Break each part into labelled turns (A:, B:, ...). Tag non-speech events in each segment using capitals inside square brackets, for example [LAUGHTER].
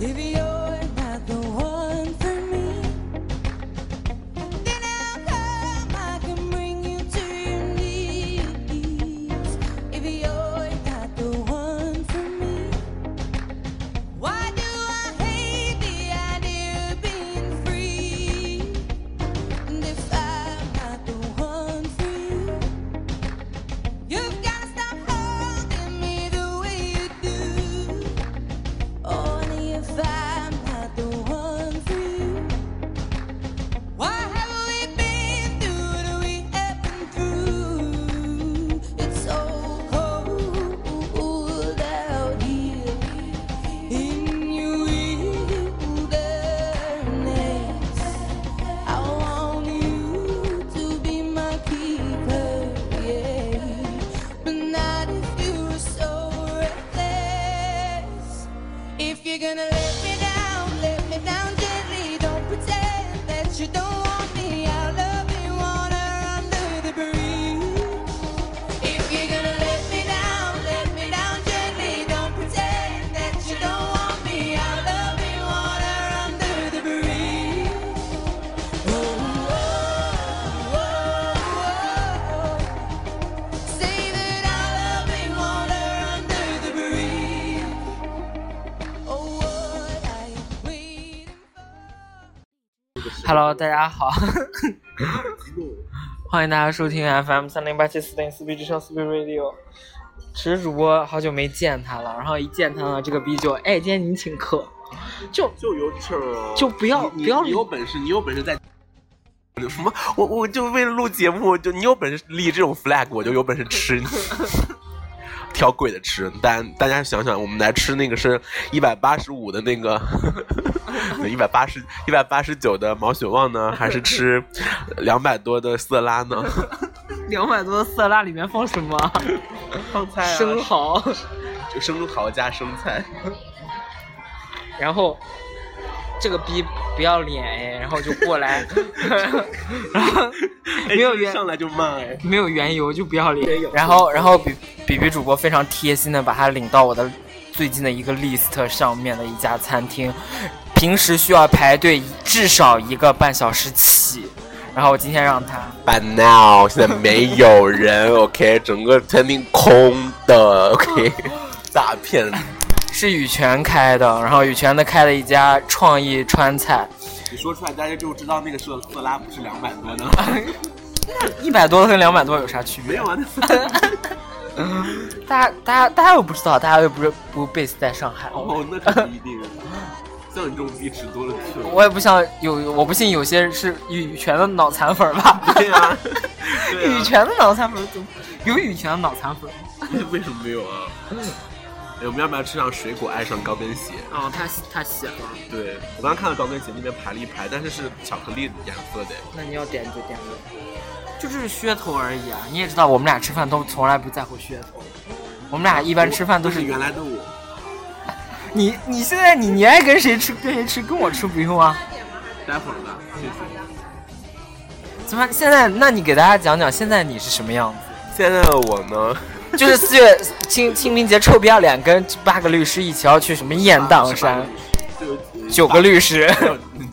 A: if you're not the one for me. Then I'll come, I can bring you to your knees. If you're not the one for me, why do I hate the idea of being free? And if I'm not the one for you, you've got to stop holding me the way you do. Only if I'm not the one for you. Why have we been through what we have been through? It's so cold out here in your wilderness. I want you to be my keeper, yeah. But not if you're so reckless. If you're gonna let me down, let me down gently. Don't pretend that you don't want me. I'll love you on under the bridge. If you're gonna let me down, let me down gently. Don't pretend that you don't want me. I'll love you on under the bridge. Oh, oh, oh, oh, oh. Say that I'll love you on under the bridge. Oh, what I waiting for?
B: Hello，大家好，
C: 记录，
B: 欢迎大家收听 FM 三零八七四零四 B 之声四 B Radio。其实主播好久没见他了，然后一见他呢，这个逼就哎，今天你请客，就
C: 就有气儿了，
B: 就不要
C: 你
B: 不要
C: 你有本事，你有本事再。什么？我我就为了录节目，就你有本事立这种 flag，我就有本事吃你， [LAUGHS] 挑贵的吃。但大家想想，我们来吃那个是一百八十五的那个， [LAUGHS] 一百八十一百八十九的毛血
B: [LAUGHS]
C: 旺呢，还是吃两百多的色拉呢？
B: 两百多的色拉里面放什么？
C: [LAUGHS] 放菜啊
B: 生蚝，
C: 就生蚝加生菜。
B: 然后这个逼不要脸哎，然后就过
C: [LAUGHS]
B: 来，然后
C: 哎
B: 没有原
C: 上来就骂哎，
B: 没有缘由就不要脸。然后，然后比比比主播非常贴心的把他领到我的最近的一个 list 上面的一家餐厅，平时需要排队至少一个半小时起。然后我今天让他，
C: But now 现在没有 [LAUGHS] 人，OK，整个餐厅空的，OK，大 [LAUGHS] 片。
B: 是羽泉开的，然后羽泉的开了一家创意川菜，
C: 你说出来，大家就知道那个色色拉不是两百多呢。
B: 一百多跟两百多有啥区别？
C: 没有啊，那
B: [LAUGHS] 大家大家大家又不知道，大家又不是不 base 在上海。
C: 哦，那可不一定。像你这种逼吃多了去了。
B: 我也不想有，我不信有些是羽泉的脑残粉儿吧？
C: 对啊，
B: [LAUGHS]
C: 对
B: 羽
C: 啊，
B: 泉的脑残粉儿怎么有羽泉的脑残粉儿？
C: [LAUGHS] 为什么没有啊？哎，我们要不要吃上水果，爱上高跟鞋？
B: 哦，他他写了，
C: 对我刚刚看到高跟鞋那边排了一排，但是是巧克力颜色的。
B: 那你要点就点呗，就这是噱头而已啊！你也知道，我们俩吃饭都从来不在乎噱头，我们俩一般吃饭都是
C: 是原来的 [LAUGHS] 我，
B: 你你现在你你爱跟谁吃跟谁吃，跟我吃不用啊。
C: 待会儿吧，谢谢。
B: 怎么现在？那你给大家讲讲现在你是什么样
C: [LAUGHS]
B: 子？
C: 现在的我呢？
B: 就是四月清清明节臭不要脸，跟八个律师一起要去什么雁荡山，
C: 就
B: 九
C: [LAUGHS]
B: 个律师，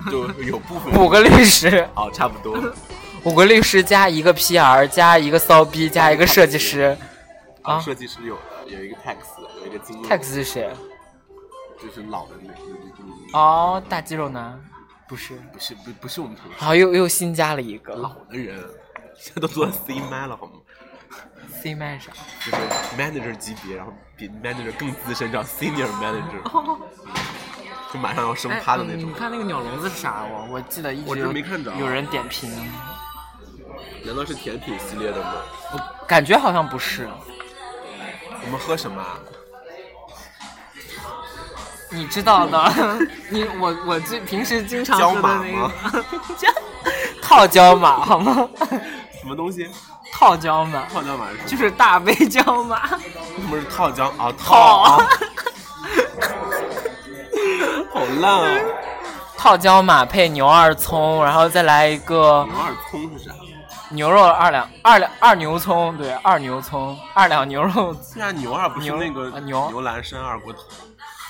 C: 就有部分
B: 五个律师，
C: 哦，差不多
B: 五个律师加一个 PR，加一个骚逼，加一个设计师。啊
C: [LAUGHS] 啊。设计师有的，有一个 tax，有一个金融
B: Tex 是谁？
C: 就是老的那个那个，
B: 哦，大肌肉男，不是。
C: 不是不不是我们同事，
B: 好，又又新加了一个
C: 老的人现在都做 C man 了好吗？
B: C 啊麦啥？
C: 就是 manager 级别，然后比 manager 更资深，叫 senior manager，就马上要
B: 哎
C: 升趴的那种
B: 你。看那个鸟笼子是啥？我我记得一直
C: 我真
B: 有
C: 没看着啊
B: 有人点评，
C: 难道是甜品系列的吗？
B: 我感觉好像不是。
C: 我们喝什么啊？
B: 你知道的，
C: [LAUGHS]
B: 你我我最平时经常
C: 椒
B: 喝
C: 麻
B: 的
C: 吗
B: 那个 [LAUGHS] 椒套椒麻好吗？ [LAUGHS]
C: 什么东西？
B: 套椒麻
C: 套椒麻是
B: 就
C: 什么？
B: 是大杯椒麻
C: 什么是套椒啊？
B: 套
C: 套， [LAUGHS]
B: [LAUGHS]
C: 好烂啊！
B: 套椒麻配牛二葱，然后再来一个
C: 牛二葱是啥？
B: 牛肉二两二两二牛葱，对，二牛葱二两牛肉
C: 现在牛二不是那
B: 牛
C: 个
B: 啊牛
C: 牛栏山二锅头，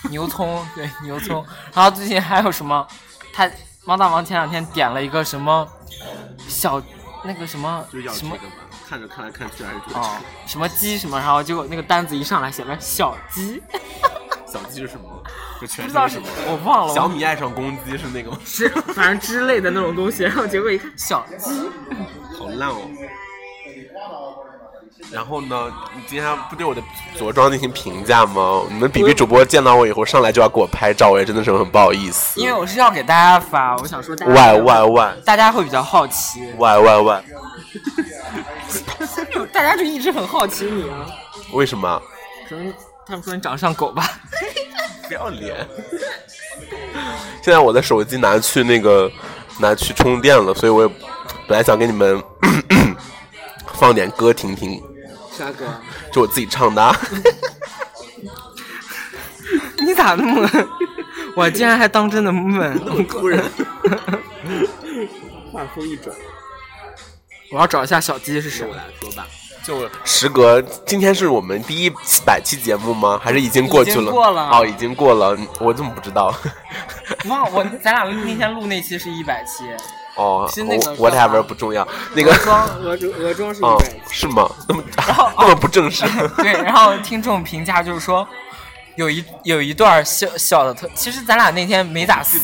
B: 牛葱，对牛葱。然后最近还有什么？他王大王前两天点了一个什么小那个什么
C: 就要
B: 什
C: 这
B: 么
C: 个嘛，看着看来看去还是觉得
B: 哦什么鸡什么，然后结果那个单子一上来写了小鸡，
C: 小鸡是什么？
B: [LAUGHS] 不
C: 就全
B: 知
C: 是
B: 道
C: 什
B: 是
C: 么？
B: 我忘了，
C: 小
B: 我
C: 米爱上公鸡是那个吗？
B: 是 [LAUGHS] 反正之类的那种东西。然后结果一看小鸡，
C: 好烂哦。然后呢，你今天不对我的着装进行评价吗？你们比比主播见到我以后上来就要给我拍照，我也真的是很不好意思。
B: 因为我是要给大家发，我想说大家
C: 喂喂喂
B: 大家会比较好奇，
C: 喂喂喂，
B: [LAUGHS] 大家就一直很好奇你啊。
C: 为什么？
B: 可能他们说你长得像狗吧？
C: 不要脸！现在我的手机拿去那个拿去充电了，所以我也本来想给你们 [COUGHS] 放点歌听听，
B: 啥狗？
C: 就我自己唱的啊。
B: [LAUGHS] 你咋那么？
C: [LAUGHS]
B: 我竟然还当真的问，[LAUGHS]
C: 突然，话锋一转，
B: 我要找一下小鸡是谁。
C: 说吧。就时隔今天是我们第一百期节目吗？还是已经过去
B: 已
C: 了？
B: 经过了
C: 哦，已经过了，我怎么不知道？ [LAUGHS]
B: 忘了我咱俩那天录那期是一百期，
C: 哦
B: 是那个
C: 我，whatever
B: 吧
C: 不重要。
B: [LAUGHS]
C: 那个
B: 装额装额装是
C: 哦
B: 100，
C: 是吗？那
B: [LAUGHS]
C: 么
B: 后哦
C: [LAUGHS] 那么不
B: [LAUGHS]
C: 正式。
B: 对，然后听众评价就是说。有一有一段笑笑的特，其实咱俩那天没咋撕，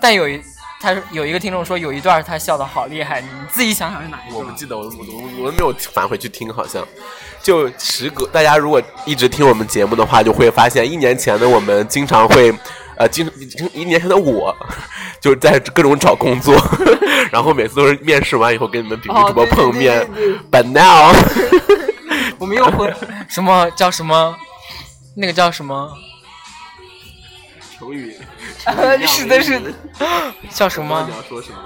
B: 但有一他有一个听众说有一段他笑的好厉害，你自己想想是哪一
C: 我不
B: 段？
C: 记得，我我我我都没有返回去听，好像就时隔大家如果一直听我们节目的话，就会发现一年前的我们经常会，呃，经经一年前的我 [LAUGHS] 就在各种找工作， [LAUGHS] 然后每次都是面试完以后跟你们比比
B: 哦
C: 主播
B: 对对
C: 碰
B: 对
C: 面、
B: 对对
C: b u t [LAUGHS] now
B: 我们又回什么叫什么，那个叫什么？
C: 成语
B: 呃是的，是的，叫什么？
C: 要说什么？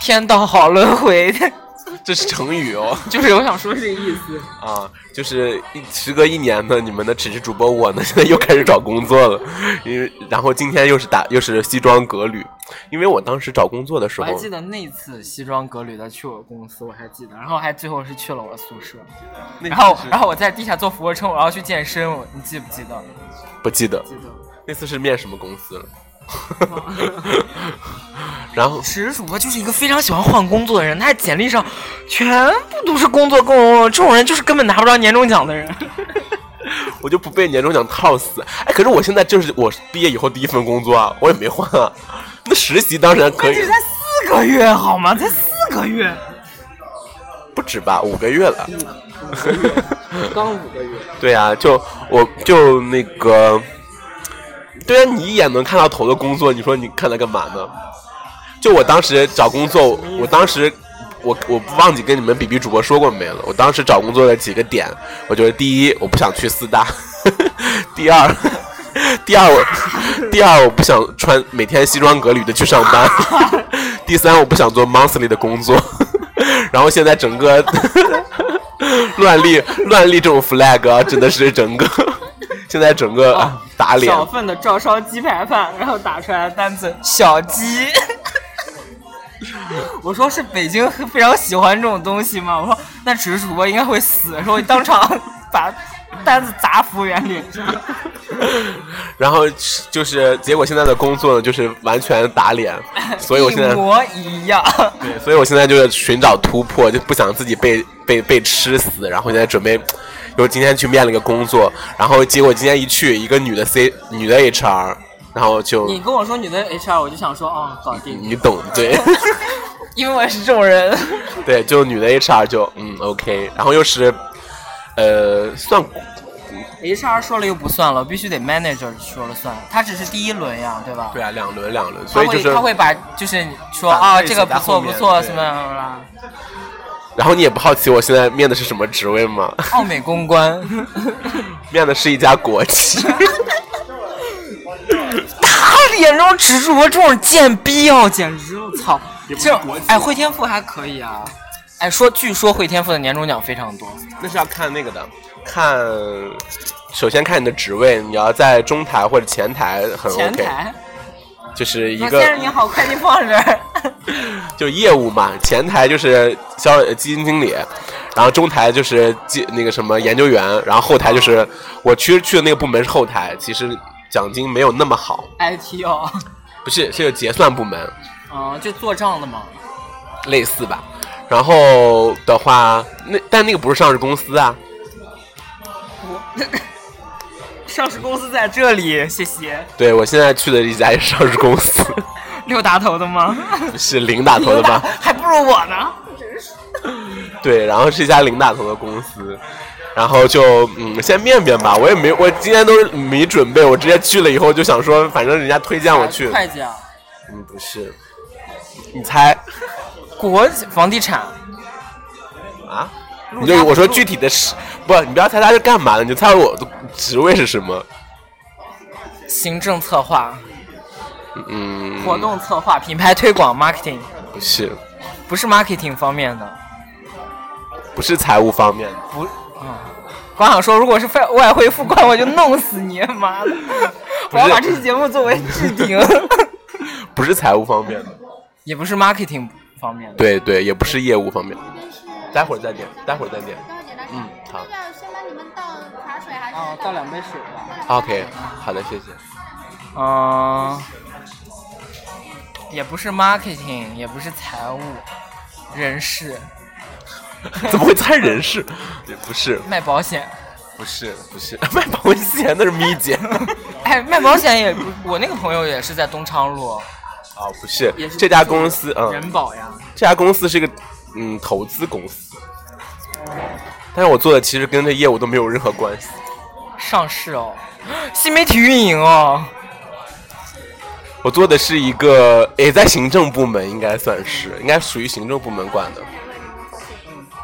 B: 天道好轮回， [LAUGHS]
C: 这是成语哦。
B: 就是我想说这个意思。
C: 啊，就是一时隔一年呢，你们的只是主播我呢，现在又开始找工作了，因为然后今天又是打又是西装革履，因为我当时找工作的时
B: 我还
C: 候
B: 记，得那次西装革履的去我公司，我还记得，然后还最后是去了我的宿舍，然后然后我在地下做俯卧撑，我要去健身，我你记不记得？
C: 不记得
B: 记得。
C: 那次是面什么公司了，
B: [LAUGHS]
C: 然后
B: 史主播就是一个非常喜欢换工作的人，他在简历上全部都是工作工作，这种人就是根本拿不着年终奖的人。
C: 我就不被年终奖套死，哎，可是我现在就是我毕业以后第一份工作啊，我也没换啊，那实习当然可
B: 但
C: 以
B: 是，才四个月好吗？才四个月，
C: 不止吧，五个月
B: 嗯
C: 了。
B: 刚五个月。
C: 对啊，就我就那个，对啊，你一眼能看到头的工作，你说你看它干嘛呢？就我当时找工作，我当时我我不忘记跟你们比比主播说过没了。我当时找工作的几个点，我觉得第一，我不想去四大； [LAUGHS] 第二，第二我第二我不想穿每天西装革履的去上班； [LAUGHS] 第三，我不想做 monthly 的工作。 [LAUGHS] 然后现在整个 [LAUGHS] 乱立乱立这种 flag 啊，真的是整个 [LAUGHS] 现在整个啊打脸。
B: 小份的照烧鸡排饭，然后打出来的单词小鸡。 [LAUGHS] 我说是北京非常喜欢这种东西吗？我说那只是主播应该会死，说我当场把单子砸服务员脸上。
C: 然后就是结果现在的工作呢，就是完全打脸，
B: [LAUGHS]
C: 所以我现在
B: 一模一
C: [LAUGHS]
B: 样。
C: 对，所以我现在就是寻找突破，就不想自己被被被吃死，然后现在准备。就今天去面了一个工作，然后结果今天一去，一个女的 C 女的 HR，然后就
B: 你跟我说你的 HR，我就想说哦，搞
C: [LAUGHS]
B: 定，
C: 你懂
B: [LAUGHS]
C: 对
B: 因为我是这种人。
C: 对，就女的 HR 就嗯 OK，然后又是呃算
B: HR 说了又不算了，必须得 manager 说了算，他只是第一轮呀，对吧？
C: 对啊两轮两轮，
B: 他
C: 所以就
B: 会
C: 是
B: 他会把就是说
C: 反馈
B: 啊、这个
C: 写在
B: 不错
C: 后
B: 不
C: 面
B: 错
C: 对
B: 什么什么啦。
C: 然后你也不好奇我现在面的是什么职位吗？ [LAUGHS]
B: 奥美公关， [LAUGHS]
C: 面的是一家国企，
B: 他眼中只主播这种贱逼哦，简直我操！
C: 也不是
B: 这
C: 国企
B: 哎，会天赋还可以啊。哎，说据说会天赋的年终奖非常多，
C: 那是要看那个的，看首先看你的职位，你要在中台或者前台很 OK，
B: 前台。
C: 就是一
B: 马
C: 个
B: 先生你好，快递放这儿。 [LAUGHS]
C: 就业务嘛，前台就是销呃基金经理，然后中台就是技那个什么研究员，然后后台就是我其实去的那个部门是后台，其实奖金没有那么好，
B: IT 哦，
C: 不是是个结算部门，
B: 啊，就做账的嘛。
C: 类似吧。然后的话，那但那个不是上市公司啊，
B: 上市公司在这里，谢谢。
C: 对我现在去的一家也是上市公司， [LAUGHS]
B: 六打头的吗？
C: 是零打头的吧？
B: 还不如我呢。
C: [LAUGHS] 对，然后是一家零打头的公司，然后就嗯，先面面吧，我也没，我今天都是没准备，我直接去了以后就想说，反正人家推荐我去，
B: 会计啊，
C: 嗯，不是，你猜
B: 国企房地产，
C: 啊？你就我说具体的是不，你不要猜他是干嘛的，你就猜我的职位是什么。
B: 行政策划、
C: 嗯，
B: 活动策划、品牌推广、marketing，
C: 不是，
B: 不是 marketing 方面的，
C: 不是财务方面的，
B: 不，嗯。光想说，如果是外外汇付款，我就弄死你！ [LAUGHS] 妈的，我要把这期节目作为置顶。
C: 不是财务方面的，
B: [LAUGHS] 也不是 marketing 方面的，
C: 对对，也不是业务方面。
D: 待
C: 待会儿再点，待会儿再点。
D: 会儿简单说
C: 嗯，好
D: 要不要先帮你们倒茶水还是
B: 哦，倒两杯水吧。
C: ，OK，好的，谢谢。 [LAUGHS]
B: 嗯，也不是 marketing，也不是财务，人事，
C: 怎么会猜人事？ [LAUGHS] 也不是，
B: 卖保险，
C: 不是，不是， [LAUGHS] 卖保险那是咪姐。
B: 哎，卖保险也不，我那个朋友也是在东昌路，
C: [LAUGHS] 哦，不是
B: 也，是
C: 这家公司，嗯，
B: 人保呀，
C: 这家公司是一个嗯投资公司，但是我做的其实跟这业务都没有任何关系。
B: 上市哦， [GASPS] 新媒体运营哦，
C: 我做的是一个，也在行政部门，应该算是，应该属于行政部门管的。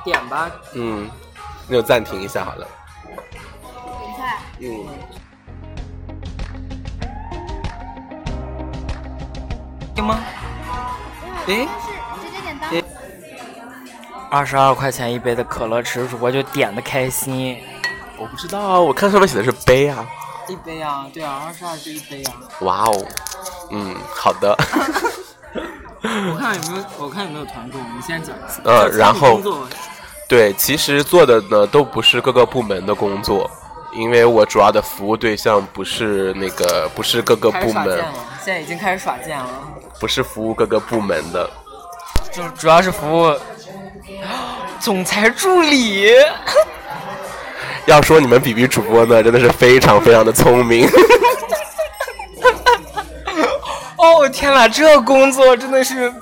B: 点吧，
C: 嗯，那就暂停一下好了。
D: 芹菜？
C: 嗯。
B: 行吗？诶
D: 嗯是直接点单。
B: 诶二十二块钱一杯的可乐池主播就点的开心，
C: 我不知道啊，我看上面写的是杯啊。
B: 一杯啊，对啊，二十二就一杯啊。
C: 哇哦，嗯，好 [LAUGHS] 的。
B: 我看有没有，我看有没有团购，你先讲。
C: 呃然后对，其实做的呢都不是各个部门的工作，因为我主要的服务对象不是那个，不是各个
B: 开始
C: 部
B: 耍
C: 门
B: 贱，了，现在已经开始耍贱了。
C: 不是服务各个部门的。
B: 就是主要是服务总裁助理。
C: 要说你们比比主播呢，真的是非常非常的聪明。 [LAUGHS]
B: 哦天哪，这工作真的是，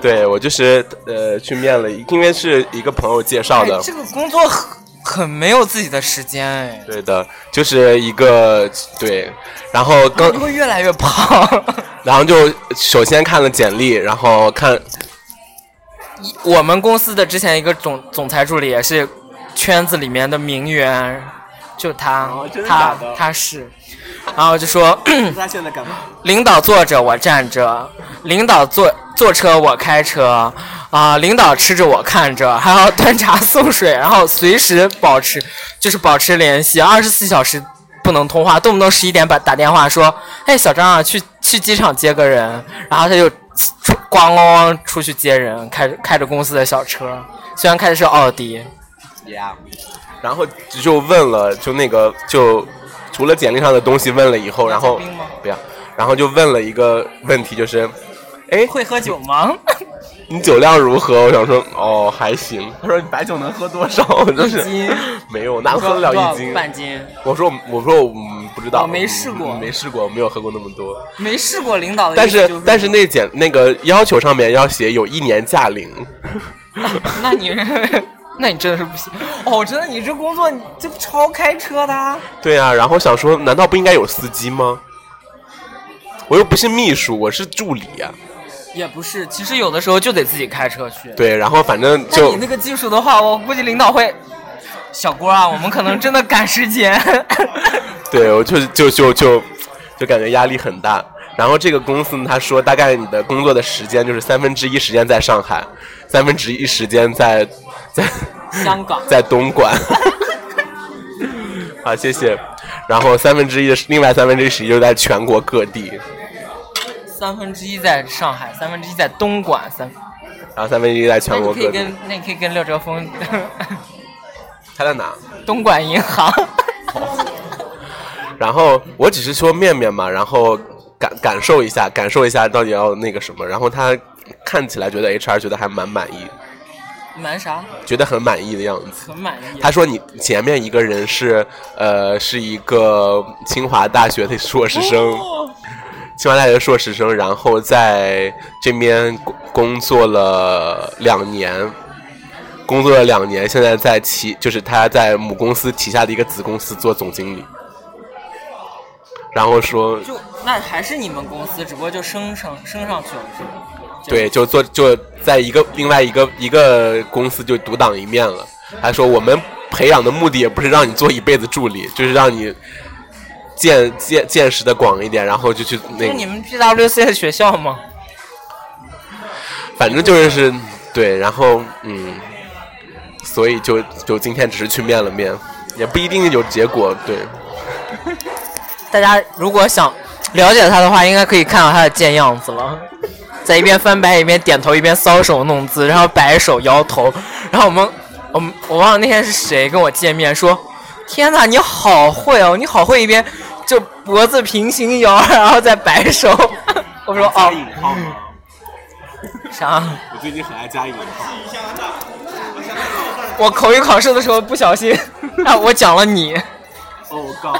C: 对我就是呃去面了，因为是一个朋友介绍
B: 哎
C: 的，
B: 这个工作很很没有自己的时间哎，
C: 对的，就是一个对，然后刚 [LAUGHS]
B: 你会越来越胖。
C: 然后就首先看了简历，然后看
B: 我们公司的之前一个总总裁助理也是圈子里面的名媛，就他，
C: 哦真的
B: 他
C: 假的
B: 他是，然后就说。
C: 他现在干嘛？
B: 领导坐着我站着，领导坐坐车我开车，啊、领导吃着我看着， [LAUGHS] 还要端茶送水，然后随时保持就是保持联系，二十四小时不能通话，动不动十一点把打电话说，哎，小张啊，去去机场接个人，然后他就出咣咣咣出去接人，开着开着公司的小车，虽然开的是奥迪，
C: 然后就问了，就那个就除了简历上的东西问了以后，然后
B: 要加冰吗
C: 不要，然后就问了一个问题，就是，哎，
B: 会喝酒 [LAUGHS] 吗？
C: 你酒量如何？我想说，哦，还行。他说你白酒能喝多少？我就是
B: 一斤
C: 没有，哪喝得了一斤？
B: 半斤，
C: 我说我我说我嗯不知道，
B: 我没试过
C: 嗯没试过，没有喝过那么多。
B: 没试过领导的，
C: 但是但是那简那个要求上面要写有一年驾龄，
B: [LAUGHS] 那你，那你真的是不行哦！真的，你这工作你这超开车的啊，
C: 对啊，然后想说，难道不应该有司机吗？我又不是秘书，我是助理啊呀、
B: 也不是。其实有的时候就得自己开车去。
C: 对，然后反正
B: 那你
C: 就
B: 那个技术的话，我估计领导会，小郭啊，我们可能真的赶时间。 [LAUGHS]
C: 对我就就就就就感觉压力很大。然后这个公司呢他说，大概你的工作的时间就是三分之一时间在上海，三分之一时间在在
B: 香港
C: [LAUGHS] 在东莞。好，谢谢。然后三分之一的另外三分之一时间就在全国各地，
B: 三分之一在上海，三分之一在东莞，三。
C: 然后三分之一在
B: 那
C: 全
B: 你
C: 国
B: 可以
C: 各地。
B: 跟那你可以跟廖哲峰， [LAUGHS]
C: 他在哪？ [LAUGHS]
B: 东莞银行。
C: 然后我只是说面面嘛，然后感感受一下，感受一下到底要那个什么。然后他看起来觉得 HR 觉得还蛮满意，
B: 蛮啥？
C: 觉得很满意的样子。
B: 很满意。
C: 他说你前面一个人是呃是一个清华大学的硕士生，清华大学硕士生，然后在这边工工作了两年。工作了两年，现在在旗，就是他在母公司旗下的一个子公司做总经理。然后说，
B: 就那还是你们公司，只不过就升上升上去了，是吧？
C: 对，就做就在一个另外一个一个公司就独当一面了。他说我们培养的目的也不是让你做一辈子助理，就是让你见见见识的广一点，然后就去那
B: 是
C: 个
B: 你们 PWC 的学校吗？
C: 反正就是是对，然后嗯，所以就就今天只是去面了面，也不一定有结果。对，
B: 大家如果想了解他的话，应该可以看到他的贱样子了，在一边翻白眼一边点头，一边搔首弄姿，然后摆手摇头。然后我们，我们我忘了那天是谁跟我见面说：“天哪，你好会哦，你好会！”一边就脖子平行摇，然后再摆
C: [LAUGHS]
B: 手。我说：“哦，
C: 号吗？
B: 啥？
C: 我最近很爱加引号。
B: 我口语考试的时候不小心， [LAUGHS] 啊，我讲了你。
C: 哦，靠！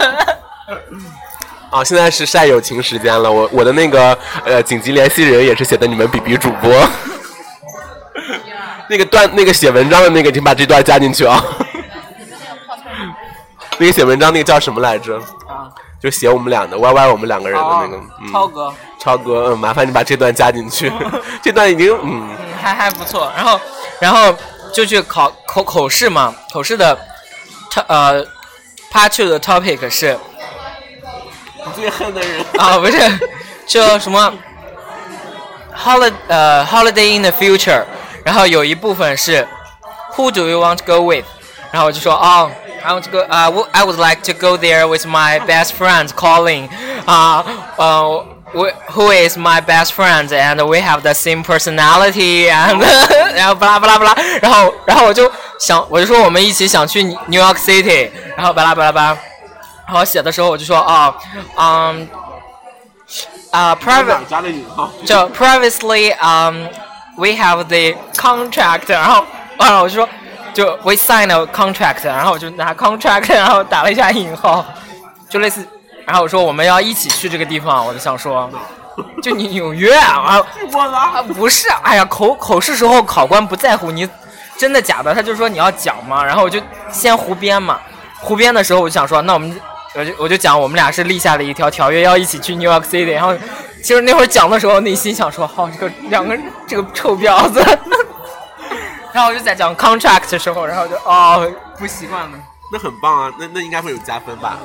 C: 啊，现在是晒友情时间了。我我的那个呃紧急联系人也是写的你们比比主播。 [LAUGHS] 那个段那个写文章的那个，请把这段加进去啊。 [LAUGHS] 那个写文章那个叫什么来着？
B: 啊，
C: 就写我们俩的 YY 我们两个人的那个。
B: 超
C: 嗯，
B: 哥。
C: 超哥，嗯，麻烦你把这段加进去。 [LAUGHS] 这段已经嗯，
B: 嗯还还不错。然后，然后就去考口口试嘛，口试的，呃，part two 的 topic 是
C: 最恨的人。
B: 啊，不是，就什么 holiday 呃 holiday in the future，然后有一部分是 who do you want to go with，然后我就说哦。I want to go. 啊、I would like to go there with my best friend Colin. 啊、呃，we- who is my best friend and we have the same personality and [LAUGHS] 然后巴拉巴拉巴拉，然后然后我就想，我就说我们一起想去 New York City，然后巴拉巴拉巴拉。然后写的时候我就说啊，嗯，啊，private
C: 加了引号？
B: 就 previously um we have the contract，然后啊我就说就 we sign a contract，然后我就拿 contract，然后打了一下引号，就类似，然后我说我们要一起去这个地方，我就想说。就你纽约啊，啊不是，哎呀，口口试时候考官不在乎你真的假的，他就说你要讲嘛，然后我就先胡编嘛，胡编的时候我就想说，那我们我就我就讲我们俩是立下了一条条约，要一起去 New York City，然后其实那会儿讲的时候内心想说，好、这个两个这个臭婊子， [LAUGHS] 然后我就在讲 contract 的时候，然后就哦不习惯了，
C: 那很棒啊，那那应该会有加分吧？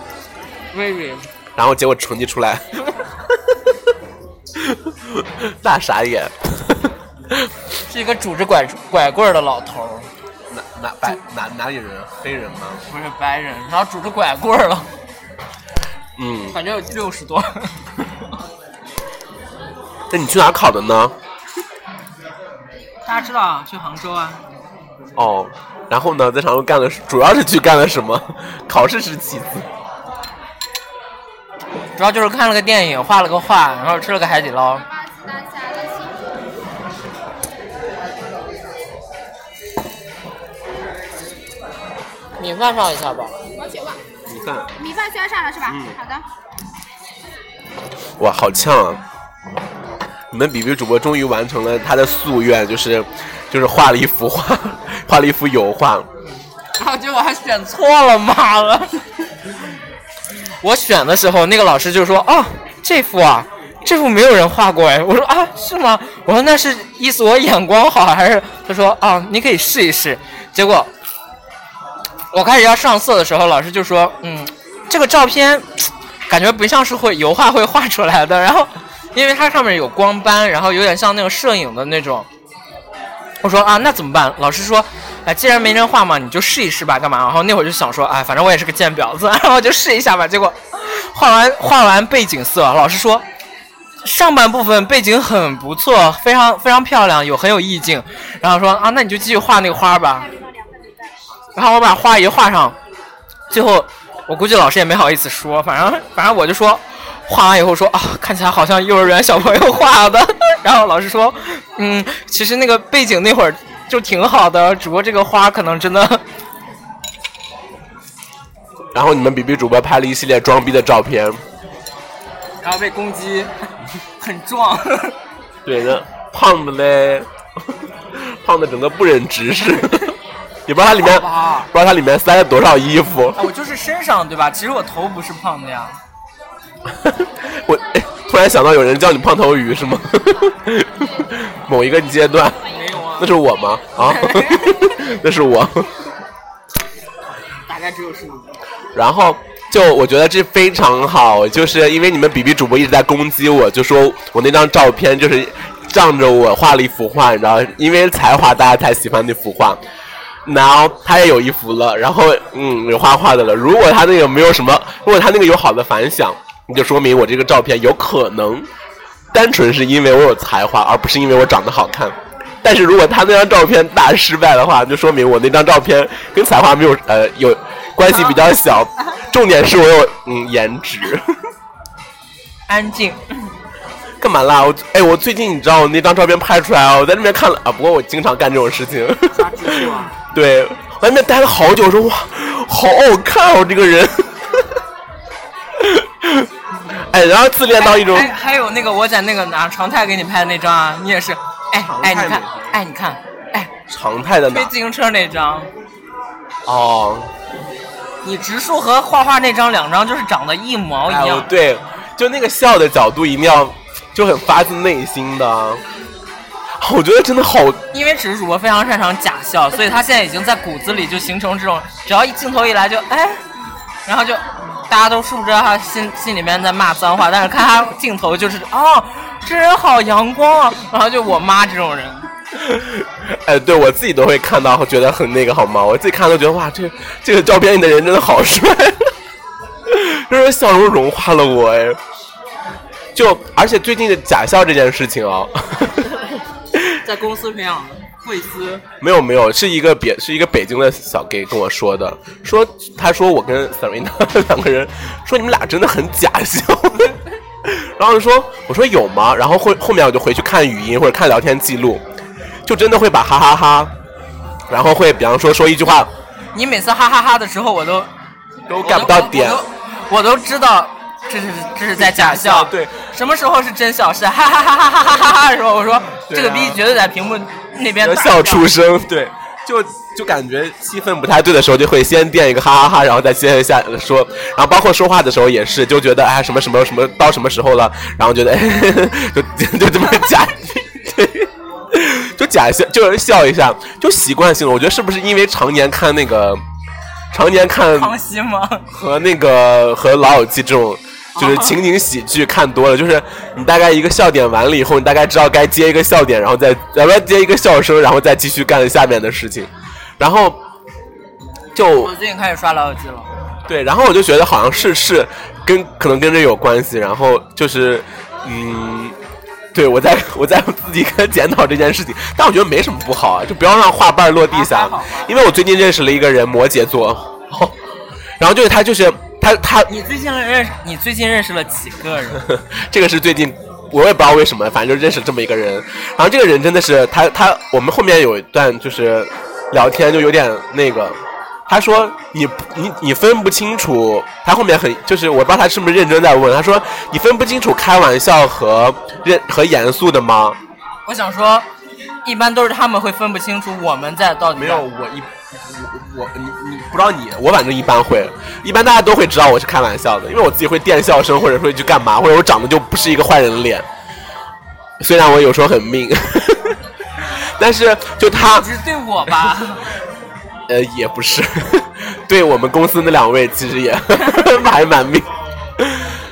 B: 瑞瑞，
C: 然后结果成绩出来， [LAUGHS] 大傻眼，
B: 是一个拄着拐拐棍儿的老头儿。
C: 哪哪白哪哪里人啊？黑人吗？
B: 不是白人，然后拄着拐棍儿了，
C: 嗯，
B: 感觉有六十多。 [LAUGHS]
C: 那你去哪儿考的呢？
B: 大家知道啊，去杭州啊，
C: 哦，然后呢，在常州干了，主要是去干了什么？考试是其次。
B: 主要就是看了个电影，画了个画，然后吃了个海底捞。
D: 巴西丹下的幸福。
B: 米饭上一下吧。
D: 我去吧，
C: 你看，
D: 米饭先上了是吧？好的。
C: 哇，好呛啊！你们比比主播终于完成了他的夙愿，就是就是画了一幅画， [LAUGHS] 画了一幅油画。
B: 然后结果还选错了，妈了！ [LAUGHS] 我选的时候，那个老师就说：“哦，这幅啊，这幅没有人画过哎。”我说：“啊，是吗？”我说：“那是意思我眼光好，还是？”他说：“啊，你可以试一试。”结果我开始要上色的时候，老师就说：“嗯，这个照片感觉不像是会油画会画出来的。”然后因为它上面有光斑，然后有点像那种摄影的那种。我说啊，那怎么办？老师说，哎，既然没人画嘛，你就试一试吧，干嘛？然后那会儿就想说，哎，反正我也是个贱婊子， [LAUGHS] 然后就试一下吧。结果画完画完背景色，老师说上半部分背景很不错，非常非常漂亮，有很有意境。然后说啊，那你就继续画那个花吧。然后我把画一画上，最后我估计老师也没好意思说，反正反正我就说，画完以后说啊，看起来好像幼儿园小朋友画的。 [LAUGHS] 然后老师说，嗯，其实那个背景那会儿就挺好的，只不过这个花可能真的 [LAUGHS]
C: 然后你们比比主播拍了一系列装逼的照片，
B: 然后被攻击，很壮。 [LAUGHS]
C: 对的，胖的嘞， [LAUGHS] 胖的整个不忍直视， [LAUGHS] 也不知道它里面
B: 好吧
C: 不知道它里面塞了多少衣服。
B: 啊，我就是身上对吧？其实我头不是胖的呀。
C: [LAUGHS] 我、哎突然想到有人叫你胖头鱼是吗？ [LAUGHS] 某一个阶段，
B: 没有啊
C: 那，是我吗？啊，那是我。
B: 大概只有十五。
C: 然后就我觉得这非常好，就是因为你们比比主播一直在攻击我，就说我那张照片就是仗着我画了一幅画，你知道，因为才华大家才喜欢那幅画。然后他也有一幅了，然后嗯有画画的了。如果他那个没有什么，如果他那个有好的反响，那就说明我这个照片有可能单纯是因为我有才华，而不是因为我长得好看。但是如果他那张照片大失败的话，就说明我那张照片跟才华没有呃有关系比较小。重点是我有嗯颜值， [LAUGHS]
B: 安静。
C: 干嘛啦？我哎，我最近你知道我那张照片拍出来啊，我在那边看了啊，不过我经常干这种事情。 [LAUGHS] 对，我在那边待了好久，我说哇，好好看哦，这个人。 [LAUGHS] 哎，然后自恋到一种，
B: 哎还还有那个我在那个哪常泰给你拍的那张啊，你也是，哎哎你看，哎你看，哎
C: 常态的呢
B: 推。自行车那张，
C: 哦，
B: 你植树和画画那张两张就是长得一毛
C: 哎
B: 哦一
C: 呦
B: 样，，
C: 对，就那个笑的角度一定要就很发自内心的啊。我觉得真的好，
B: 因为植主播非常擅长假笑，所以他现在已经在骨子里就形成这种，只要一镜头一来就哎，然后就大家都是不知道他心心里面在骂脏话，但是看他镜头就是哦，这人好阳光啊，然后就我妈这种人，
C: 哎，对我自己都会看到，觉得很那个好吗？我自己看都觉得哇，这个这个照片里的人真的好帅， [LAUGHS] 就是笑容融化了我哎。就而且最近的假笑这件事情啊， [LAUGHS]
B: 在公司培养的贵司。
C: 没有没有，是一个别是一个北京的小 gay 跟我说的，说他说我跟 Serena 两个人说你们俩真的很假笑，然后就说我说有吗？然后后后面我就回去看语音或者看聊天记录，就真的会把哈哈哈然后会比方说说一句话
B: 你每次哈哈哈的时候，我都
C: 都
B: 我
C: 赶不到点，
B: 我都我都知道这是这是在假笑。
C: 对，
B: 什么时候是真笑？是哈哈哈哈哈哈哈哈的时候，我说、
C: 对
B: 这
C: 啊
B: 个逼绝对在屏幕那边
C: 要
B: 大
C: 笑出声，对，就就感觉气氛不太对的时候，就会先垫一个哈哈哈，然后再接一下说，然后包括说话的时候也是，就觉得哎什么什么什么到什么时候了，然后觉得、 [LAUGHS] 哎、就就就这么假，对， [LAUGHS] 就假笑，就是笑一下，就习惯性了。我觉得是不是因为常年看那个，常年看
B: 康熙吗？
C: 和那个和老友记这
B: 哦
C: 种就是情景喜剧看多了，就是你大概一个笑点完了以后，你大概知道该接一个笑点，然后再然后接一个笑声，然后再继续干下面的事情，然后就
B: 我最近开始刷老友记了。
C: 对，然后我就觉得好像是是跟可能跟这有关系，然后就是嗯。对，我在 [LAUGHS] 我在自己跟检讨这件事情，但我觉得没什么不好啊，就不要让画瓣落地
B: 还
C: 下
B: 好吧。
C: 因为我最近认识了一个人，摩羯座，然后就是他就是他他
B: 你最近认识你最近认识了几个人？
C: [LAUGHS] 这个是最近我也不知道为什么，反正就认识这么一个人。然后这个人真的是他他我们后面有一段就是聊天就有点那个，他说你你你分不清楚，他后面很就是我不知道他是不是认真在问，他说你分不清楚开玩笑和认和严肃的吗？
B: 我想说，一般都是他们会分不清楚我们在到底在
C: 没有，我一我我你你不知道你，我反正一般会，一般大家都会知道我是开玩笑的，因为我自己会垫笑声，或者说一句干嘛，或者我长得就不是一个坏人的脸，虽然我有时候很命，但是就他
B: 只是对我吧。
C: 呃也不是，对我们公司那两位其实也还蛮命，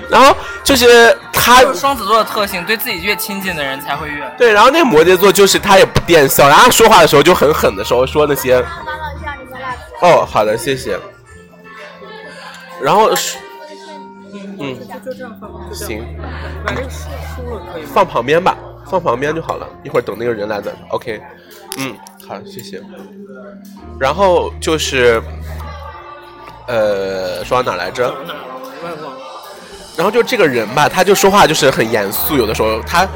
C: 然后就是他
B: 就是双子座的特性，对自己越亲近的人才会越。
C: 对，然后那个摩羯座就是他也不垫笑，然后他说话的时候就很狠的时候说那些。
D: 妈妈帮我让你们蜡烛，
C: 哦，好的，谢谢。然后是，嗯，行，放旁边吧，放旁边就好了。一会儿等那个人来再 OK。嗯，好，谢谢。然后就是，呃，说到哪儿来着？
B: 哪儿了？我也忘了。
C: 然后就这个人吧，他就说话就是很严肃，有的时候他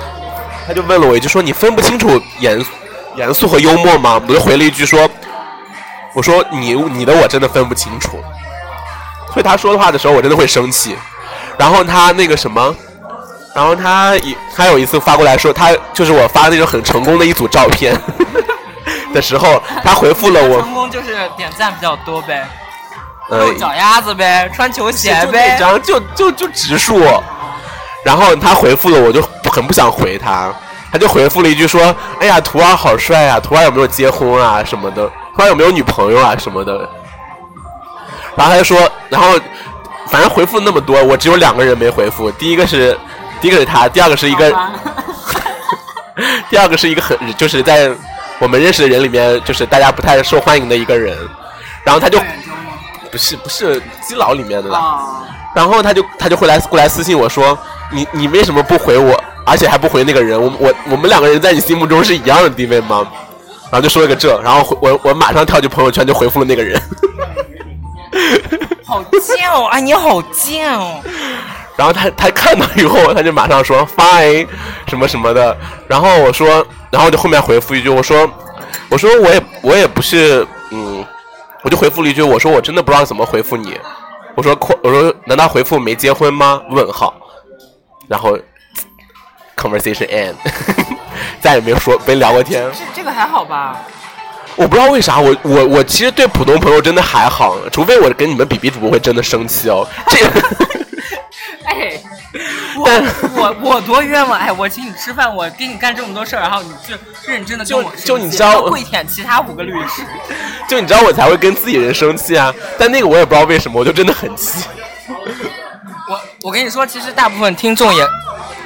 C: 他就问了我一句说你分不清楚严严肃和幽默吗？我就回了一句说，我说你你的我真的分不清楚，所以他说的话的时候我真的会生气。然后他那个什么，然后他一他有一次发过来说他就是我发那种很成功的一组照片的时候，他回复了我
B: 成功就是点赞比较多呗，
C: 呃
B: 露脚丫子呗，穿球
C: 就
B: 鞋
C: 那
B: 呗。
C: 张就就就直树，然后他回复了，我就很不想回他，他就回复了一句说：“哎呀，图儿好帅啊，图儿有没有结婚啊什么的，图儿有没有女朋友啊什么的。”然后他就说，然后反正回复那么多，我只有两个人没回复，第一个是第一个是他，第二个是一个， [LAUGHS] 第二个是一个很就是在我们认识的人里面，就是大家不太受欢迎的一个人，然后他就不是不是基佬里面的啦。
B: 啊，
C: 然后他就他就会来过来私信我说，你你为什么不回我，而且还不回那个人？我我我们两个人在你心目中是一样的地位吗？然后就说了个这，然后回我我马上跳去朋友圈就回复了那个人，
B: 好贱哦！哎，你好贱哦！
C: 然后他他看到以后他就马上说 [LAUGHS] fine 什么什么的，然后我说，然后我就后面回复一句我说我说我也我也不是嗯，我就回复了一句我说我真的不知道怎么回复你，我说括我说难道回复没结婚吗？问号，然后 conversation end，再也没说没聊过天。
B: 这这个还好吧？
C: 我不知道为啥，我我我其实对普通朋友真的还好，除非我跟你们比比主播会真的生气哦。这，
B: 哎，
C: 但
B: 我我多冤枉！哎，我请你吃饭，我给你干这么多事儿，然后你就认真的跟
C: 就
B: 我生气
C: 就你知道
B: 要跪舔其他五个律师。
C: 就你知道我才会跟自己人生气啊。但那个我也不知道为什么，我就真的很气。
B: 我我跟你说，其实大部分听众也，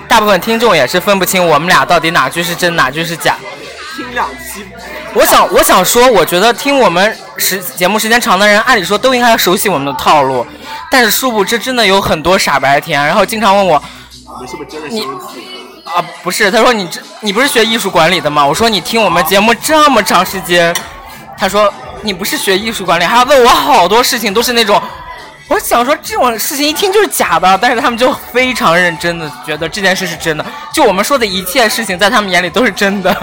B: 大部分听众也是分不清我们俩到底哪句是真，哪句是假。听两期， [LAUGHS] 我想我想说，我觉得听我们时节目时间长的人，按理说都应该要熟悉我们的套路，但是殊不知真的有很多傻白甜，然后经常问我
C: 你是不是真的
B: 生啊，不是，他说你这你不是学艺术管理的吗？我说你听我们节目这么长时间，他说你不是学艺术管理，还问我好多事情都是那种，我想说这种事情一听就是假的，但是他们就非常认真的觉得这件事是真的，就我们说的一切事情在他们眼里都是真的。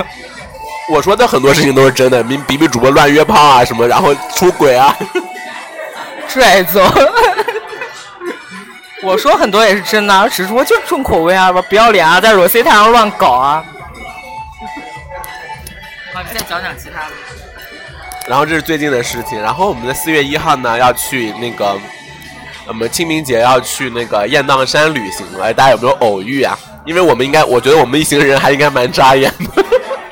C: 我说的很多事情都是真的，比比比主播乱约炮啊什么，然后出轨啊。 [LAUGHS]
B: 拽走。 [LAUGHS] 我说很多也是真的啊，只是我就是重口味啊，不要脸啊，在 Rosita 上乱搞啊。好，你再讲讲其他的。
C: 然后这是最近的事情。然后我们的四月一号呢要去那个，我们清明节要去那个雁荡山旅行了。大家有没有偶遇啊？因为我们应该，我觉得我们一行人还应该蛮扎眼的。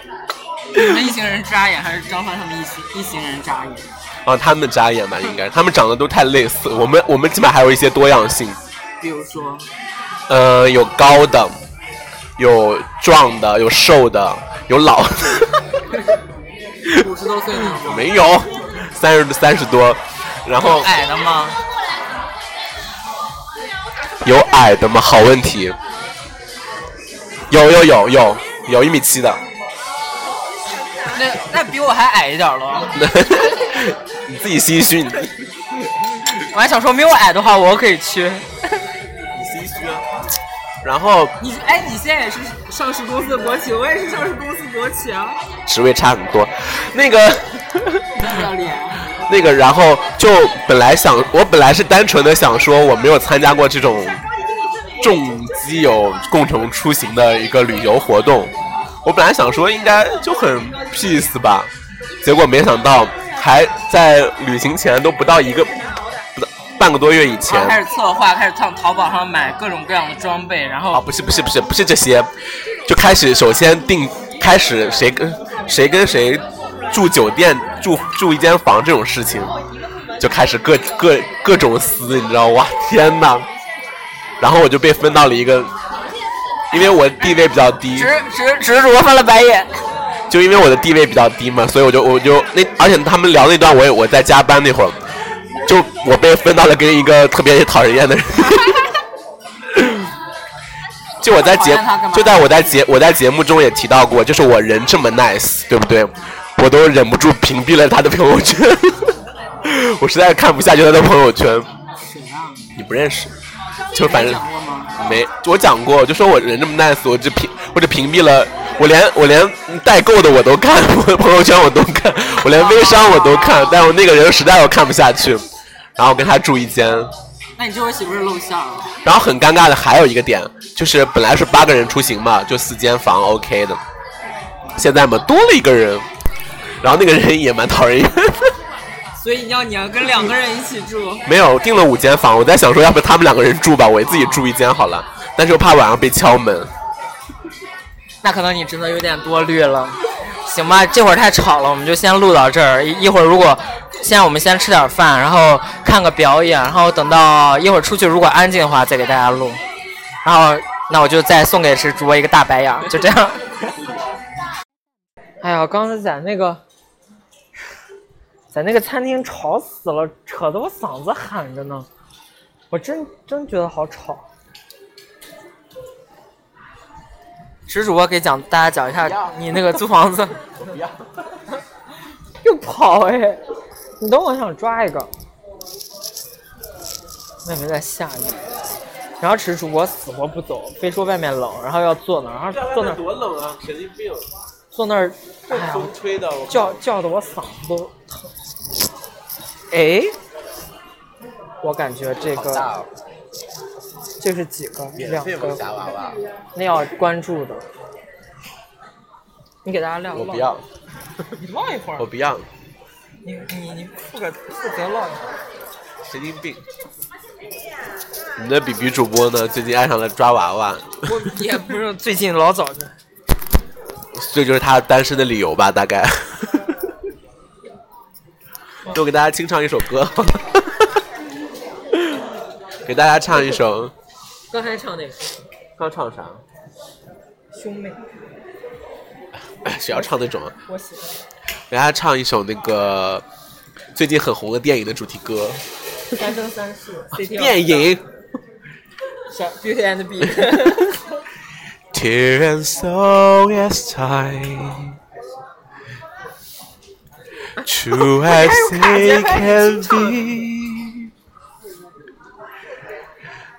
C: [LAUGHS]
B: 你们一行人扎眼，还是张帆他们一行一行人扎眼？
C: 啊，他们扎眼吧，应该他们长得都太类似。我们我们起码还有一些多样性，
B: 比如说，
C: 呃，有高的，有壮的，有瘦的，有老的，
B: 五十多岁那种，
C: 没有， [LAUGHS] 三十三十多，然后
B: 矮的吗？
C: 有矮的吗？好问题，有有有有有一米七的。 [LAUGHS]
B: 那那比我还矮一点了。
C: 你自己心虚，你自己
B: 我还想说，没有矮的话，我可以去。
C: 心虚啊。然后
B: 你哎，你现在也是上市公司的国企，我也是上市公司国企啊，
C: 职位差很多，那个
B: 不要脸。
C: 那个，然后就本来想，我本来是单纯的想说，我没有参加过这种重基友共同出行的一个旅游活动，我本来想说应该就很 peace 吧，结果没想到还在旅行前都不到一个不到半个多月以前
B: 然后开始策划，开始上淘宝上买各种各样的装备，然
C: 啊，
B: 后
C: 不是不是不是不是这些，就开始首先定，开始谁跟谁跟谁住酒店住住一间房这种事情，就开始各各各种撕，你知道哇 [LAUGHS] 天呐，然后我就被分到了一个，因为我地位比较低，
B: 直直直主播翻了白眼。
C: 就因为我的地位比较低嘛，所以我就我就那，而且他们聊那段我也我在加班那会儿，就我被分到了跟一个特别讨人厌的人。 [LAUGHS] 就我在
B: 讨
C: 节
B: 厌他干嘛
C: 就在我在节我在节目中也提到过，就是我人这么 nice，对不对？我都忍不住屏蔽了他的朋友圈， [LAUGHS] 我实在是看不下去他的朋友圈，
E: 谁啊？
C: 你不认识，就反正
E: 讲过吗？
C: 没我讲过，我就说我人这么 nice，我只屏我只屏蔽了，我连我连代购的我都看， [LAUGHS] 我的朋友圈我都看，我连微商我都看，但我那个人实在我看不下去，然后我跟他住一间，
E: 那你这回岂不是露馅了？
C: 然后很尴尬的还有一个点，就是本来是八个人出行嘛，就四间房 OK 的，现在嘛多了一个人，然后那个人也蛮讨人厌。
E: 所以你要你要跟两个人一起住，
C: [LAUGHS] 没有，订了五间房，我在想说，要不他们两个人住吧，我自己住一间好了。但是又怕晚上被敲门，
B: 那可能你真的有点多虑了。行吧，这会儿太吵了，我们就先录到这儿。一一会儿如果现在我们先吃点饭，然后看个表演，然后等到一会儿出去如果安静的话再给大家录。然后那我就再送给是主播一个大白眼儿，就这样。哎呀，刚才在那个在那个餐厅吵死了，扯得我嗓子喊着呢。我真真觉得好吵。池主播给讲大家讲一下你那个租房子。 [LAUGHS] 又跑哎！你等我想抓一个。外面在下雨，然后池主播死活不走，非说外面冷，然后要坐那儿，然后坐那儿
C: 多冷啊，神经病，
B: 坐那儿，哎呀，我
C: 吹的，我
B: 叫叫的我嗓子都疼。哎，我感觉这个这是几个？两个。
C: 娃娃，
B: 那要关注的。你给大家撂个
C: 我
B: 唠，
C: 不要，
B: 你唠一会儿
C: 我，不要，
B: 你你你负个负责唠一会儿。
C: 神经病。你的比比主播呢？最近爱上了抓娃娃，
B: 我也不是最近老早就，
C: 这就是他单身的理由吧？大概。 [LAUGHS] 那我给大家清唱一首歌， [LAUGHS] 给大家唱一首，
B: [LAUGHS] 刚才唱那个
C: 刚唱啥？
B: 兄妹，
C: [LAUGHS] 谁要唱那种啊？
B: 我喜欢。
C: 给大家唱一首那个最近很红的电影的主题歌，
B: 三生三世，CT
C: 电影《
B: 小 Beauty and the Beast，
C: Tear and So Yes Time》。
B: [LAUGHS]
C: True as they can be,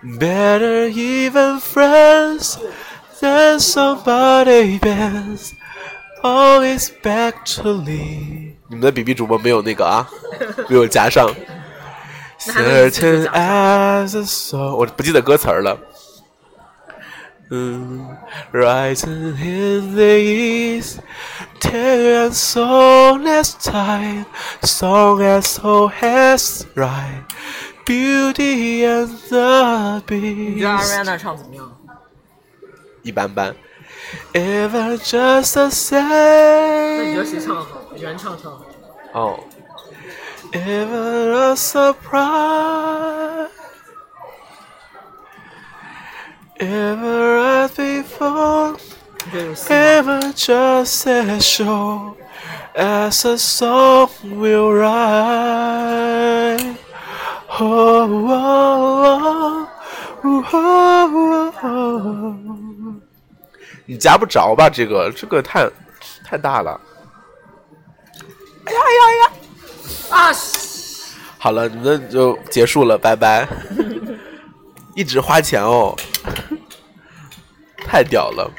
C: better even friends than somebody else. Always back to me. 你们的 B B 主播没有那个啊，没有加上。Certain as a soul，我不记得歌词儿了。嗯，Rising Mm. in the east, tear and soul as time, song as soul has right, beauty and the
B: 你觉得
C: beast。
B: Ariana 唱怎么样？
C: 一般般。Ever just the
B: 那你觉得
C: same.
B: 谁唱的好？原唱唱得好。
C: 哦。Ever a surprise. Ever as before.
B: 你觉得有戏吗？
C: Ever just as sure as a song will rise. Oh, oh, oh, oh, oh. 你夹不着吧？这个这个太太大了。哎呀哎呀哎呀！
B: 啊，
C: 好了，那就结束了，拜拜。 [LAUGHS] 一直花钱哦，太屌了。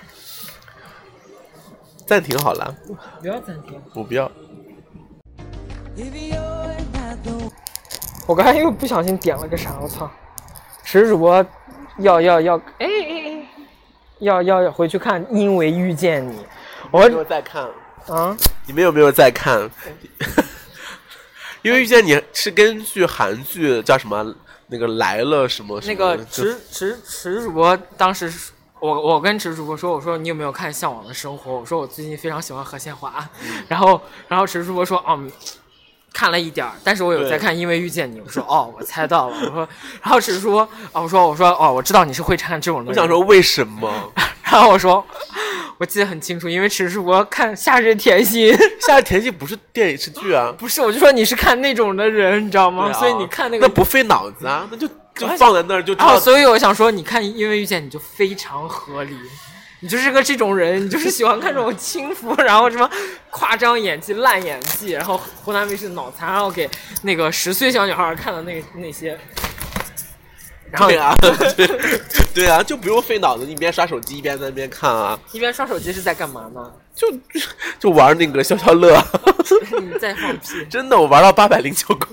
C: 暂停好了。
B: 不要暂停。
C: 我不要。
A: If you're not the
B: 我刚才又不小心点了个啥，我操！池主播要要要，哎哎哎，要要要回去看，因为遇见你，我
C: 没有在看？
B: 啊，
C: 你们有没有在看？ [LAUGHS] 因为遇见你是根据韩剧叫什么那个来了什么什
B: 那个
C: 么就
B: 池池池主播当时是。我我跟池主播说，我说你有没有看《向往的生活》？我说我最近非常喜欢何宪华，
C: 嗯
B: [LAUGHS] 然后然后池主播说，嗯，看了一点儿，但是我有在
C: 对
B: 看《因为遇见你》。我说哦，我猜到了。我说，然后池主播啊，我说我说哦，我知道你是会看这种的。
C: 我想说为什么
B: 然后我说， [LAUGHS] 我记得很清楚，因为池主播看《夏日甜心》，
C: 《夏日甜心》不是电视
B: [LAUGHS]
C: 剧啊？
B: 不是，我就说你是看那种的人，你知道吗？
C: 对啊
B: 哦所以你看那个，
C: 那不费脑子啊，那就
B: [LAUGHS] 我
C: 就
B: 还哦
C: 放在那儿就知
B: 然后
C: 道。
B: 所以我想说，你看《因为遇见你》就非常合理，你就是个这种人，你就是喜欢看这种轻浮， [LAUGHS] 然后什么夸张演技、烂演技，然后湖南卫视脑残，然后给那个十岁小女孩看的那那些，然后
C: 对啊，对对啊，就不用费脑子，一边刷手机一边在那边看啊，
B: 一边刷手机是在干嘛呢？
C: 就 [LAUGHS] 就玩那个消
B: [LAUGHS]
C: 消乐，啊
B: 你在放屁！
C: [LAUGHS] 真的，我玩到八百零九关。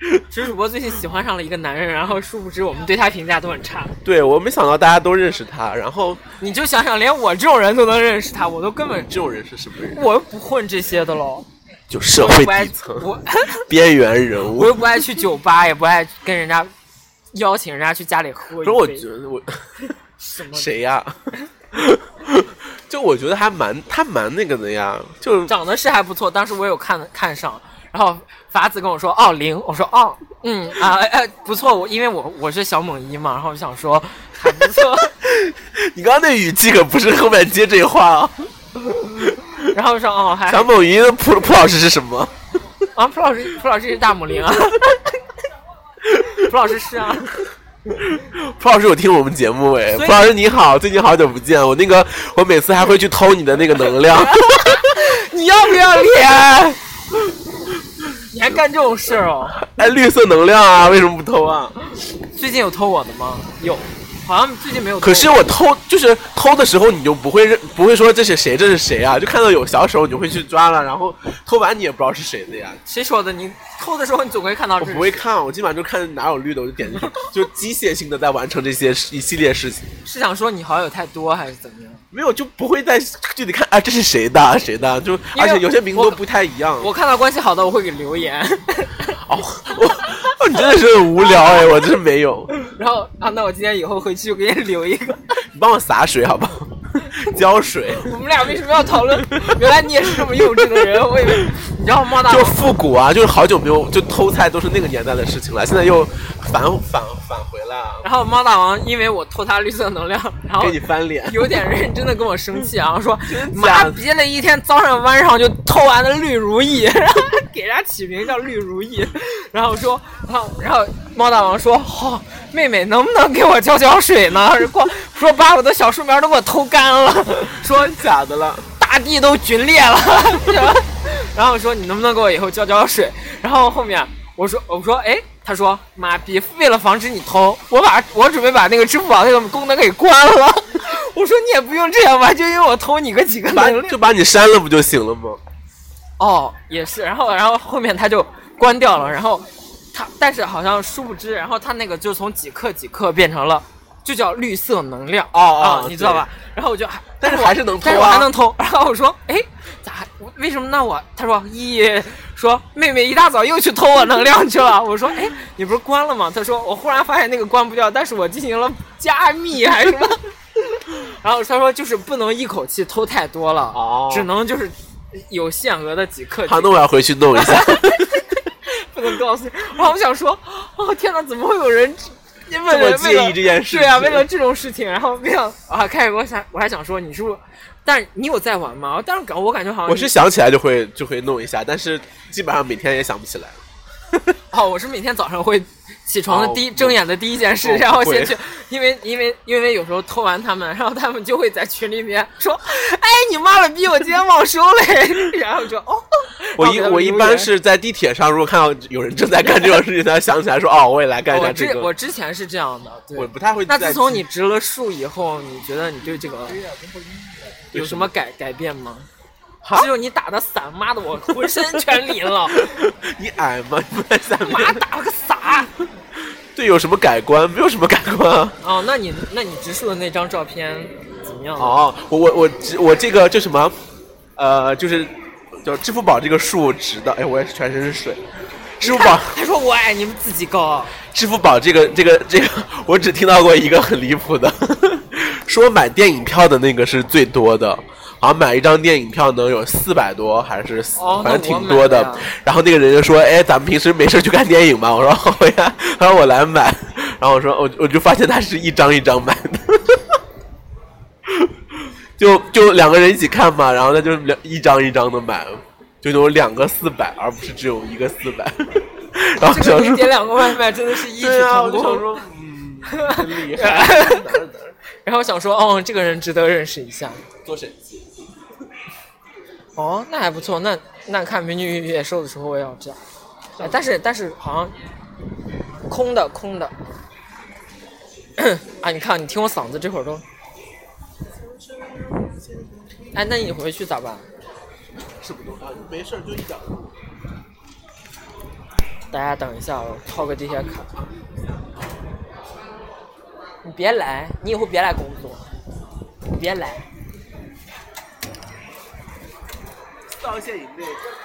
C: [LAUGHS]
B: 直主播最近喜欢上了一个男人，然后殊不知我们对他评价都很差。
C: 对我没想到大家都认识他，然后
B: 你就想想，连我这种人都能认识他，我都根本
C: 这种人是什么人？
B: 我又不混这些的喽，
C: 就社
B: 我又
C: 会
B: 不爱
C: 底层、
B: 我
C: 边缘人
B: 我
C: 物
B: 又。不爱去酒吧，也不爱跟人家邀请人家去家里喝
C: 可
B: 一
C: 是我
B: 杯
C: 觉得我
B: 什么的
C: 谁呀、 [LAUGHS] 就我觉得还蛮他蛮那个的呀，
B: [LAUGHS]
C: 就
B: 长得是还不错，当时我有看看上，然后法子跟我说哦零，我说哦嗯啊哎哎不错，我因为我我是小猛一嘛，然后我想说还不错， [LAUGHS]
C: 你刚刚那语气可不是后面接这话啊。
B: 然后我说哦还
C: 小某鱼的蒲蒲老师是什么？
B: 啊蒲老师蒲老师是大母零
C: [LAUGHS]
B: 啊，蒲老师是啊，
C: [LAUGHS] 蒲老师有听我们节目哎，
B: 所以
C: 蒲老师你好，最近好久不见，我那个我每次还会去偷你的那个能
B: [LAUGHS]
C: 量，
B: 你要不要脸？你还干这种事儿哦？
C: 哎，绿色能量啊，为什么不偷啊？
B: 最近有偷我的吗？有，好像最近没有偷我。
C: 可是我偷，就是偷的时候，你就不会认，不会说这是谁，这是谁啊？就看到有小手，你就会去抓了，然后偷完你也不知道是谁的呀。
B: 谁说的？你偷的时候你总会看到
C: 我
B: 这。
C: 不会看，我基本上就看哪有绿的，我就点进去，就机械性的在完成这些事一系列事情。
B: 是想说你好友太多还是怎么样？
C: 没有就不会再就得看啊，这是谁的谁的，就
B: 因为
C: 而且有些名字
B: 我
C: 都不太一样。
B: 我看到关系好的我会给留言， [LAUGHS]
C: 哦，我哦，你真的是很无聊哎，我真是没有。
B: 然后啊，那我今天以后回去就给你留一个。 [LAUGHS]
C: 你帮我洒水好不好？浇水，
B: 我们俩为什么要讨论？原来你也是这么幼稚的人，我以为你知道猫大
C: 就复古啊，就是好久没有，就偷菜都是那个年代的事情了，现在又返返返回来啊，
B: 然后猫大王因为我偷他绿色能量，然后
C: 给你翻脸。
B: 有点认真的跟我生气啊，然后说
C: 假
B: 妈
C: 的
B: 憋了一天，早上晚上就偷完了绿如意，然后给人家起名叫绿如意，然后说，然后然后猫大王说，好、妹妹能不能给我浇浇水呢？光说把我的小树苗都给我偷干了，说
C: [LAUGHS] 假的了，
B: 大地都皲裂了，然后 [LAUGHS] 然后说你能不能给我以后浇浇水？然后后面我说我说哎，他说妈逼，为了防止你偷，我把我准备把那个支付宝那个功能给关了。 [LAUGHS] 我说你也不用这样吧，就因为我偷你个几个
C: 把
B: 能量
C: 就把你删了不就行了吗？
B: 哦，也是。然后然后后面他就关掉了，然后他但是好像殊不知，然后他那个就从几克几克变成了。就叫绿色能量
C: 哦哦
B: 啊你知道
C: 对
B: 吧？然后我就还，
C: 但是
B: 我
C: 还是能偷
B: 但是我
C: 啊
B: 还能偷。然后我说，哎，咋还我为什么那我？他说，咦，说妹妹一大早又去偷我能量去了。我说，哎，你不是关了吗？他说，我忽然发现那个关不掉，但是我进行了加密还是什么。 [LAUGHS] 然后他说，就是不能一口气偷太多了，
C: 哦
B: 只能就是有限额的几克几克
C: 好，那我要回去弄一
B: [LAUGHS]
C: 下。
B: 不能告诉你。然后我想说，哦天哪，怎么会有人这为
C: 这
B: 了
C: 么介意
B: 为了
C: 这件事
B: 对啊，
C: 情
B: 为了这种事情，然后没想啊，开始我想我还想说，你是不是？但是你有在玩吗？但是感我感觉好像
C: 我是想起来就会就会弄一下，但是基本上每天也想不起来。
B: 哦，我是每天早上会起床的
C: 哦
B: 第一、
C: 我
B: 睁眼的第一件事，
C: 哦
B: 然后
C: 会
B: 先去，因为因为因为有时候偷完他们，然后他们就会在群里面说，哎，你妈了逼，我今天忘收嘞， [LAUGHS] 然后就哦，
C: 我一
B: 然后给他们
C: 我一
B: 留
C: 般
B: 言
C: 是在地铁上，如果看到有人正在干这种事情，才想起来说哦，我也来干一
B: 我
C: 下这
B: 之
C: 个。
B: 我之前是这样的，对
C: 我不太会在
B: [LAUGHS] 那
C: 地。
B: 自从你植了树以后，你觉得你对这个有什么改改变吗？
C: 哈
B: 只有你打的伞，妈的，我浑身全淋了，
C: [LAUGHS] 你矮吗？你不在下
B: 妈
C: 面？ [LAUGHS]
B: 打了个伞。
C: 对，有什么改观？没有什么改观啊。
B: 哦，那你那你植树的那张照片怎么样？，
C: 哦，我我我这我这个就什么，呃，就是叫支付宝这个数值的，哎，我也是全身是水。支付宝，
B: 他说我矮，你们自己高。啊
C: 支付宝这个这个这个，我只听到过一个很离谱的，说买电影票的那个是最多的，好像买一张电影票能有四百多还是四、
B: 哦那
C: 反正
B: 我
C: 挺
B: 买
C: 多的
B: 呀。
C: 然后那个人就说：“哎，咱们平时没事去看电影吗？”我说：“好呀。”他说：“我来买。”然后我说：“我我就发现他是一张一张买的。”就就两个人一起看嘛，然后他就两一张一张的买，就有两个四百，而不是只有一个四百。 [LAUGHS] 然后
B: 这个
C: 想
B: 人
C: 说
B: 点两个外卖真的是异曲
C: 对啊，
B: 同
C: 我就想
B: 工。
C: 说，嗯，很厉害。哪儿哪儿
B: 然后想说，哦，这个人值得认识一下。
C: 做审计，
B: 哦，那还不错。那那看《美女与野兽》的时候，我也要这样。哎，但是但是好像空的空的。 [COUGHS] 啊，你看，你听我嗓子这会儿都。哎，那你回去咋办？
C: 是不用啊，没事就一点。
B: 大家等一下，我掏个这些卡。你别来，你以后别来工作，你别来。
C: 上限以内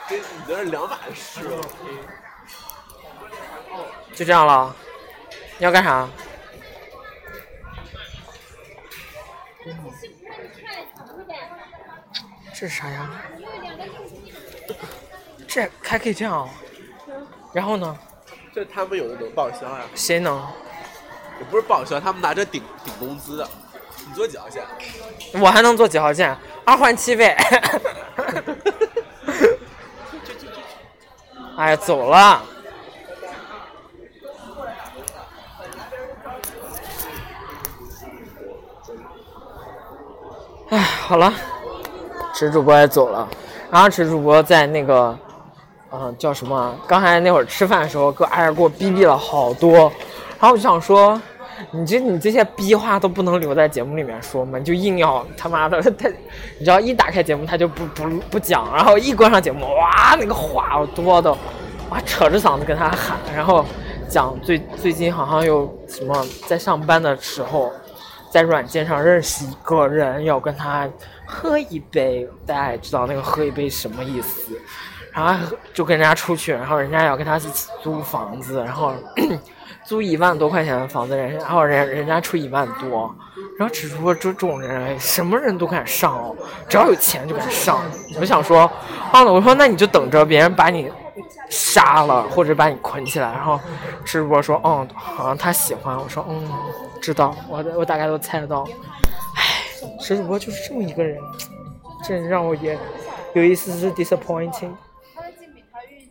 C: 跟你的两把式。
B: 就这样了，你要干啥？这是啥呀？这还可以这样哦、然后呢？
C: 这他们有的能报销啊，
B: 谁能？
C: 也不是报销，他们拿着顶顶工资的。你做几号线？
B: 我还能做几号线？二换七呗。 [LAUGHS] 哎呀，走了。哎，好了，池主播也走了。然后池主播在那个，嗯、叫什么啊？刚才那会儿吃饭的时候，给我挨着给我逼逼了好多。然后我就想说，你这你这些逼话都不能留在节目里面说嘛，你就硬要他妈的他，你知道一打开节目他就不不不讲，然后一关上节目，哇那个话我多的，哇扯着嗓子跟他喊，然后讲最最近好像有什么在上班的时候，在软件上认识一个人，要跟他喝一杯，大家也知道那个喝一杯什么意思。然后就跟人家出去，然后人家要跟他一起租房子，然后 [CLEARS THROAT] 租一万多块钱的房子，人然后人人家出一万多，然后只不过这种人什么人都敢上哦，只要有钱就敢上。我就想说，啊，我说那你就等着别人把你杀了或者把你捆起来，然后直播说，嗯，好像他喜欢，我说嗯，知道，我我大概都猜得到。唉，直播就是这么一个人，这让我也有一丝丝 disappointing。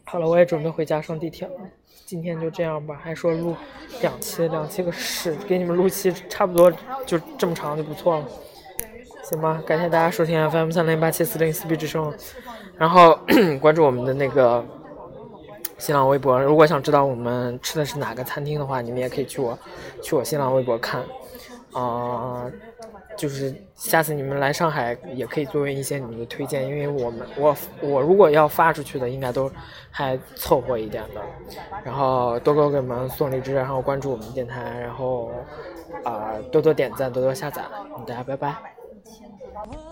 B: 好了，我也准备回家上地铁了。今天就这样吧，还说录两期，两期个屎，给你们录期差不多就这么长就不错了，行吧？感谢大家收听 FM 三零八七四零四 B 之声，然后 [CLEARS THROAT] 关注我们的那个新浪微博。如果想知道我们吃的是哪个餐厅的话，你们也可以去我去我新浪微博看啊。就是下次你们来上海也可以作为一些你们的推荐，因为我们我我如果要发出去的，应该都还凑合一点的。然后多多给我们送荔枝，然后关注我们电台，然后啊、多多点赞，多多下载，大家拜拜。
A: What Oh,